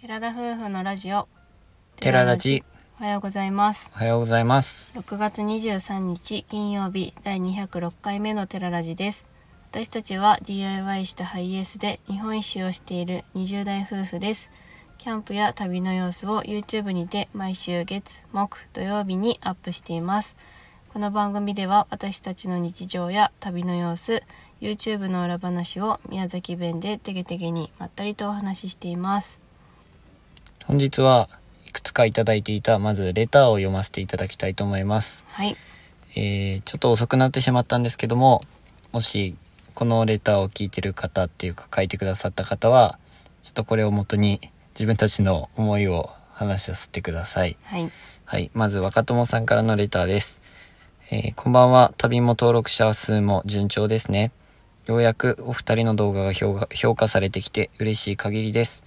寺田夫婦のラジオテララジおはようございますおはようございます6月23日金曜日第206回目のテララジです私たちは DIY したハイエースで日本一周をしている20代夫婦ですキャンプや旅の様子を YouTube にて毎週月木土曜日にアップしていますこの番組では私たちの日常や旅の様子 YouTube の裏話を宮崎弁でてげてげにまったりとお話ししています本日はいくつかいただいていたまずレターを読ませていただきたいと思います、はいえー、ちょっと遅くなってしまったんですけどももしこのレターを聞いてる方っていうか書いてくださった方はちょっとこれを元に自分たちの思いを話しさせてくださいはいはい、まず若友さんからのレターです。えーこんばんは。旅も登録者数も順調ですね。ようやくお二人の動画が評価評価されてきて嬉しい限りです。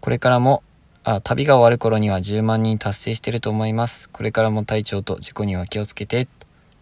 これからも、あ、旅が終わる頃には10万人達成してると思います。これからも体調と事故には気をつけて、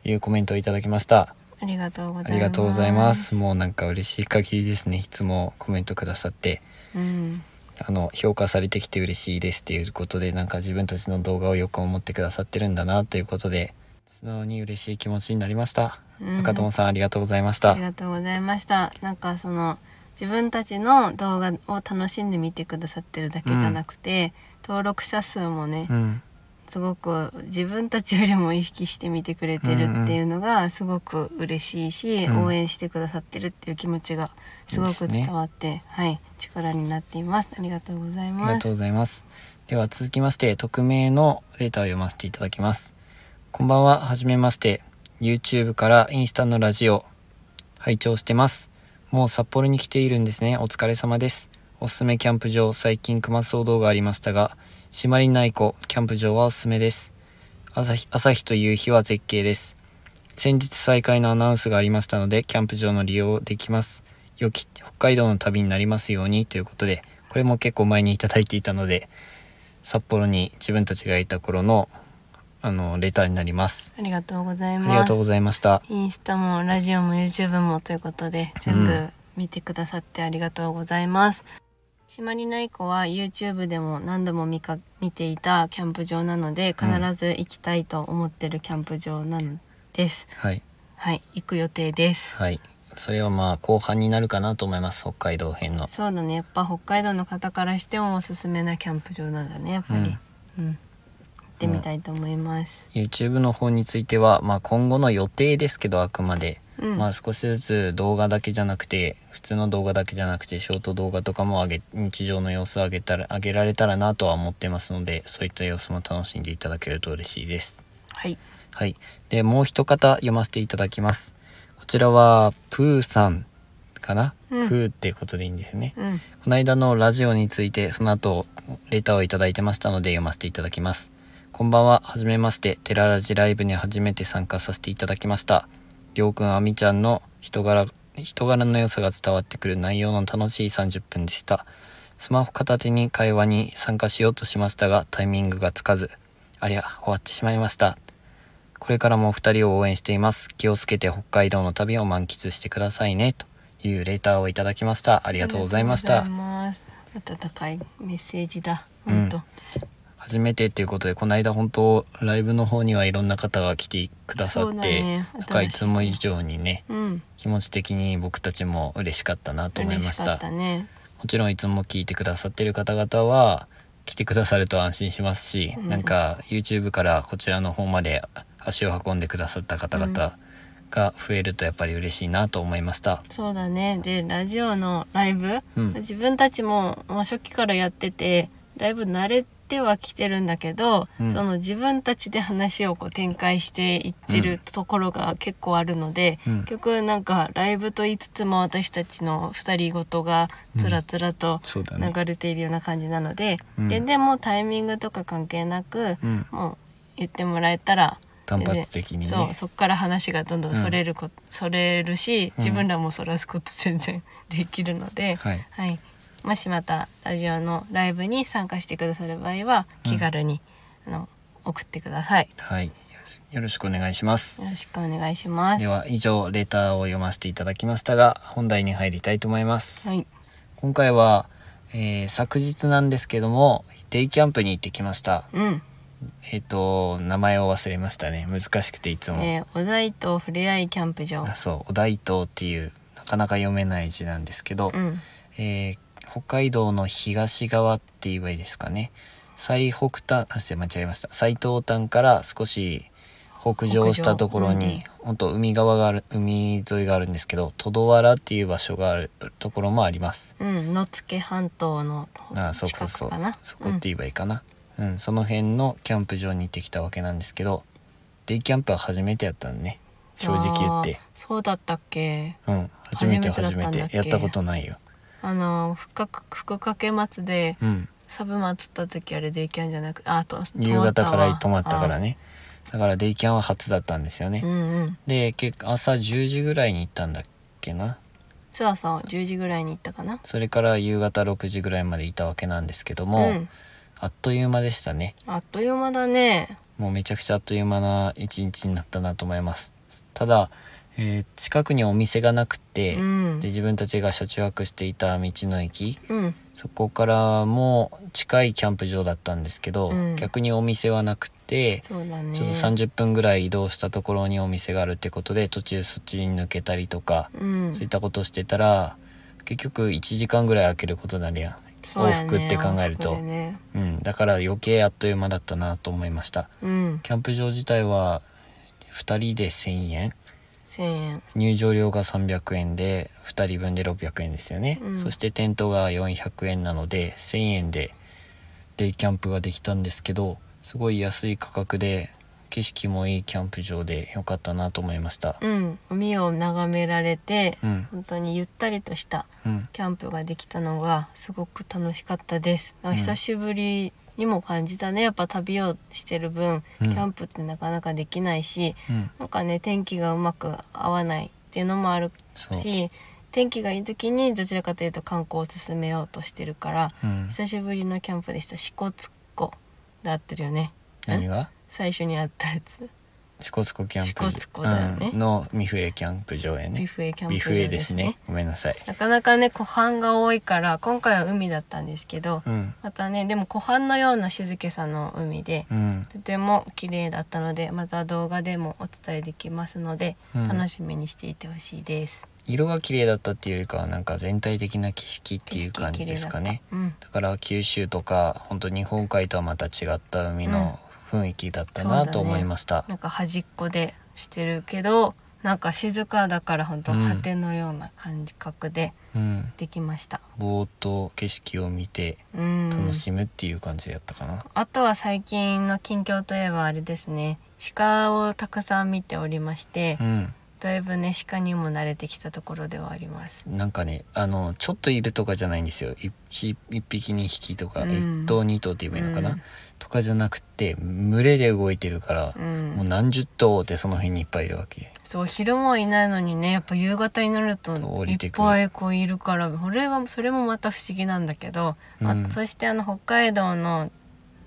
というコメントをいただきました。ありがとうございますありがとうございます。もうなんか嬉しい限りですね。いつもコメントくださって。うんあの評価されてきて嬉しいですっていうことでなんか自分たちの動画をよく思ってくださってるんだなということで素直に嬉しい気持ちになりました、うん赤友さんありがとうございましあたりがとうございましたなんかその自分たちの動画を楽しんで見てくださってるだけじゃなくて、登録者数もね、うんすごく自分たちよりも意識して見てくれてるっていうのがすごく嬉しいし、うん応援してくださってるっていう気持ちがすごく伝わって、はい力になっていますありがとうございありがまとすうございますでは続きまして匿名のレターを読ませていただきますこんばんははじめまして YouTube からインスタのラジオ拝聴してますもう札幌に来ているんですねお疲れ様ですおすすめキャンプ場最近熊騒動がありましたが締まりない湖キャンプ場はおすすめです朝日朝日という日は絶景です先日再開のアナウンスがありましたのでキャンプ場の利用できます良き北海道の旅になりますようにということでこれも結構前にいただいていたので札幌に自分たちがいた頃のあのレターになりますありがとうございありがますとうございましたインスタもラジオも YouTube もということで全う部ん見てくださってありがとうございます。しまりない子は YouTube でも何度も見か見ていたキャンプ場なので必んず行きたいと思ってるキャンプ場なのです。はいはい、行く予定です。はいそれはまあ後半になるかなと思います北海道編のそうだね、やっぱ北海道の方からしてもおすすめなキャンプ場なんだね、やっぱり。うん、行ってみたいと思います。 YouTube の方については、まあ、今後の予定ですけどあくまで、うんまあ、少しずつ動画だけじゃなくて普通の動画だけじゃなくてショート動画とかも上げ日常の様子を上げたら上げられたらなとは思ってますのでそういった様子も楽しんでいただけると嬉しいです。はい、はい。で、もう一方読ませていただきます。こちらは、プーさんかな、うんプーってことでいいんですね。うん、この間のラジオについて、その後、レターをいただいてましたので読ませていただきます。こんばんは、はじめまして、テララジライブに初めて参加させていただきました。りょうくん、あみちゃんの人柄、人柄の良さが伝わってくる内容の楽しい30分でした。スマホ片手に会話に参加しようとしましたが、タイミングがつかず、ありゃ、終わってしまいました。これからもお二人を応援しています。気をつけて北海道の旅を満喫してくださいね。というレターをいただきました。あありがとうございましりたがとう。ございます温かいメッセージだ。本当。うん初めてっていうことでこの間本当ライブの方にはいろんな方が来てくださそうっだて、ねなんかいつも以上にねうん、気持ち的に僕たちも嬉しかったなと思いま嬉ししかたったね。もちろんいつも聞いてくださってる方々は来てくださると安心しますし、うんなんか YouTube からこちらの方まで足を運んでくださった方々が増えるとやっぱり嬉しいなと思いました、そうだね。で、ラジオのライブ、うん自分たちも、まあ、初期からやってて、だいぶ慣れてはきてるんだけど、うんその自分たちで話をこう展開していってうるんところが結構あるので、うん結局なんかライブと言いつつも私たちの二人ごとがつらつらとそうだね流れているような感じなので、うん全然もうタイミングとか関係なく、うんもう言ってもらえたら単発的にねそうそこから話がどんどんそれるこ、それるしうん自分らもそらすこと全然できるので、はいはい、もしまたラジオのライブに参加してくださる場合はうん気軽に、あの送ってください。はいよろしよろしくお願いしますよろしくお願いします。では以上レターを読ませていただきましたが本題に入りたいと思いますはい、今回は、えー昨日なんですけどもデイキャンプに行ってきましたうん、えっ、と名前を忘れましたね難しくていつも、ねえお題と触れ合いキャンプ場あそうお大東っていうなかなか読めない字なんですけど、うんえー北海道の東側って言えばいいですかね最北端あすいません間違えました最東端から少し北上したところに、本当海側がある海沿いがあるんですけどトドワラっていう場所があるところもありますうん野付半島のあそう近そくうそうかなそこって言えばいいかな、うんその辺のキャンプ場に行ってきたわけなんですけどデイキャンプは初めてやったんね正直言っあーてそうだったっけうん初めて初初めてだめったんだってけやったことないよあの福か福掛松でうんサブマン撮った時あれデイキャンじゃなくあと夕方から泊泊ままっったたからねねだからデイキャンは初だったんですよね、うんうんで結構朝10時ぐらいに行ったんだっけなツアーさんは10時ぐらいに行ったかなそれから夕方6時ぐらいまでいたわけなんですけども、うん、あっという間でしたねあっという間だねもうめちゃくちゃあっという間な一日になったなと思いますただ、えー近くにお店がなくて、うんで自分たちが車中泊していた道の駅うんそこからも近いキャンプ場だったんですけど、うん逆にお店はなくてそうだねちょっと30分ぐらい移動したところにお店があるってことで途中そっちに抜けたりとか、うんそういったことしてたら結局1時間ぐらい空けることになるやんそうやね往復って考える往と復でねうん、だから余計あっという間だったなと思いましたうんキャンプ場自体は2人で1000円1000円入場料が300円で2人分で600円ですよね、うんそしてテントが400円なので1000円でデイキャンプができたんですけどすごい安い価格で景色もいいキャンプ場で良かったなと思いましたうん海を眺められて、うん本当にゆったりとしたうんキャンプができたのがすごく楽しかったです。なんうんか久しぶりにも感じたね。やっぱ旅をしてる分、うキんャンプってなかなかできないし、うんなんかね天気がうまく合わないっていうのもあるそうし、天気がいい時にどちらかというと観光を進めようとしてるから、うん久しぶりのキャンプでした。支笏湖で合ってるよね。何が最初にあったやつ、支笏湖キャンプ場支笏湖だよねうん、のミフエキャンプ場やビねフエキャンプビ場フエですね。ごめんなさいなかなかね湖畔が多いから今回は海だったんですけど。うんまたねでも湖畔のような静けさの海でうんとても綺麗だったのでまた動画でもお伝えできますので、うん楽しみにしていてほしいです。色が綺麗だったっていうよりかはなんか全体的な景色っていう感じですかね景色綺麗だった。だから九州とか本当日本海とはまた違った海の雰囲気だったそうなだねと思いましうた、ん、なんか端っこでしてるけどなんか静かだから本当うん果てのような感覚でうんできました。ぼーっと景色を見てうん。楽しむっていう感じだったかな、あとは最近の近況といえばあれですね鹿をたくさん見ておりまして、うんだいぶね鹿にも慣れてきたところではあります。なんかねあのちょっといるとかじゃないんですよ一匹一匹2匹とか、うん一頭二頭って言えばいいのかうな、んとかじゃなくて群れで動いてるからう、ん、もう何十頭ってその辺にいっぱいいるわけそう昼もいないのにねやっぱ夕方になるとそう降いりてっくるぱいこういるからそれがそれもまた不思議なんだけど、まあうんそしてあの北海道の、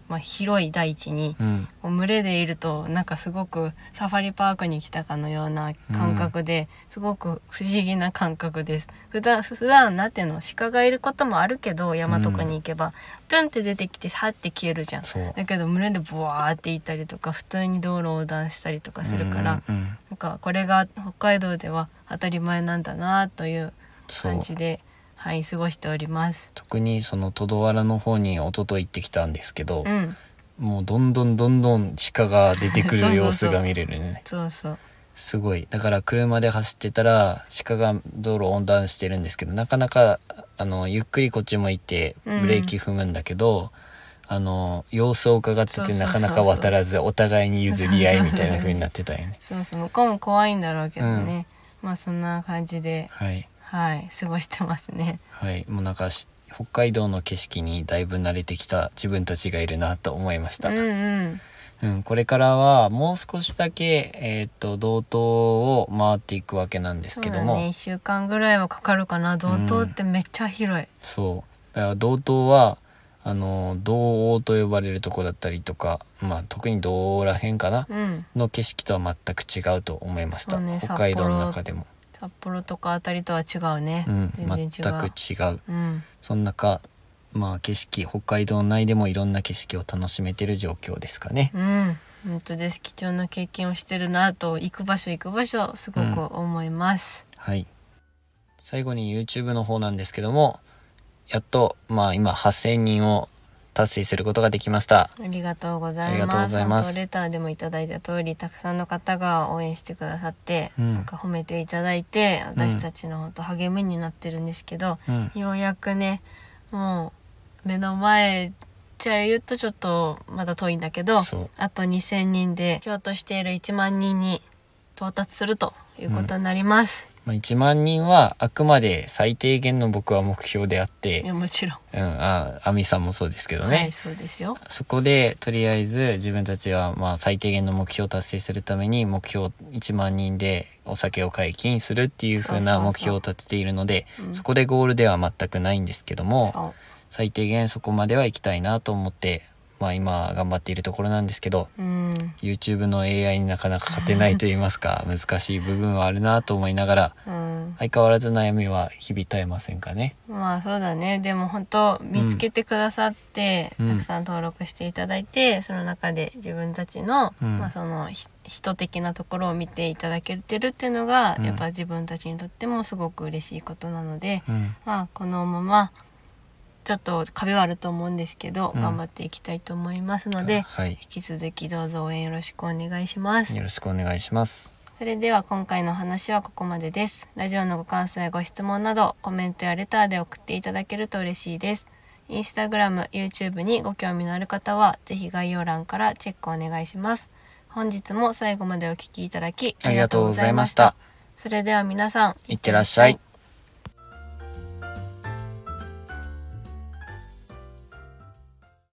まあ、広い大地にうんこう群れでいるとなんかすごくサファリパークに来たかのような感覚で、すごく不思議な感覚です普段普段なんていうの鹿がいることもあるけど山とかに行けば、ピョンって出てきてさって消えるじゃんそうだけど群れでブワーっていたりとか普通に道路を横断したりとかするから、うんうんうんなんかこれが北海道では当たり前なんだなというそう感じで、はい、過ごしております。特にそのトドワラの方に一昨日行ってきたんですけどう、ん、もうどんどんどんどん鹿が出てそくうそうそるう様子が見れるねそうそう。すごいだから車で走ってたら鹿が道路を横断してるんですけどなかなかあのゆっくりこっち向いてブレーキ踏むんだけど、あの様子を伺ってそうてそうそうなそうかなか渡らずお互いに譲り合いみたいな風になってたよね。そうそう。向こうも怖いんだろうけどね。まあそんな感じで、はい、 はい、過ごしてますね。はい、もうなんかし北海道の景色にだいぶ慣れてきた自分たちがいるなと思いましうた。んうん。うん、これからはもう少しだけ、えー、と道東を回っていくわけなんですそけうどだもそう,、ね。一週間ぐらいはかかるかな。道東ってめっちゃ広い。だから道東はあの道央と呼ばれるとこだったりとか、まあ、特に道央らへんかなうん。の景色とは全く違うと思いましそた、うね北海道の中でも、札幌とかあたりとは違うね。うん、全然違全くう。違ううん。そん中まあ景色北海道内でもいろんな景色を楽しめてる状況ですかね。うん本当です貴重な経験をしてるなと行く場所行く場所すごく思います、はい。最後に YouTube の方なんですけども、やっとまあ今8000人を達成することができました。ありがとうござあいりがますとうございます本当レターでもいただいた通りたくさんの方が応援してくださって、うんなんか褒めていただいて私たちの本当励みになってるんですけど、うん。ようやくねもう目の前じゃあ言うとちょっとまだ遠いんだけどそうあと2,000人で今日としている1万人に到達するということになります。まあ、1万人はあくまで最低限の僕は目標であっいて、やもちろん、うん、あ、アミさんもそうですけどね。はいそうですよ。そこでとりあえず自分たちはまあ最低限の目標を達成するために目標1万人でお酒を解禁するっていう風なそうそうそう目標を立てているのでうんそこでゴールでは全くないんですけどもそ最低限そこまでは行きたいなと思ってまあ今頑張っているところなんですけどう。うん。 YouTube の AI になかなか勝てないと言いますか難しい部分はあるなと思いながらうん、相変わらず悩みは日々絶えませんかね。まあそうだねでも本当見つけてくださって、うんたくさん登録していただいて、その中で自分たちの、うんまあ、そのひ人的なところを見ていただけてるっていうのが、うんやっぱ自分たちにとってもすごく嬉しいことなので、うん、まあ、このままちょっと壁はあると思うんですけど、うん頑張っていきたいと思いますので、はい、引き続きどうぞ応援よろしくお願いします。よろしくお願いします。それでは今回のお話はここまでです。ラジオのご感想やご質問などコメントやレターで送っていただけると嬉しいです。インスタグラム、YouTube にご興味のある方はぜひ概要欄からチェックお願いします。本日も最後までお聞きいただきありがとうございました。それでは皆さん、いってらっしゃい。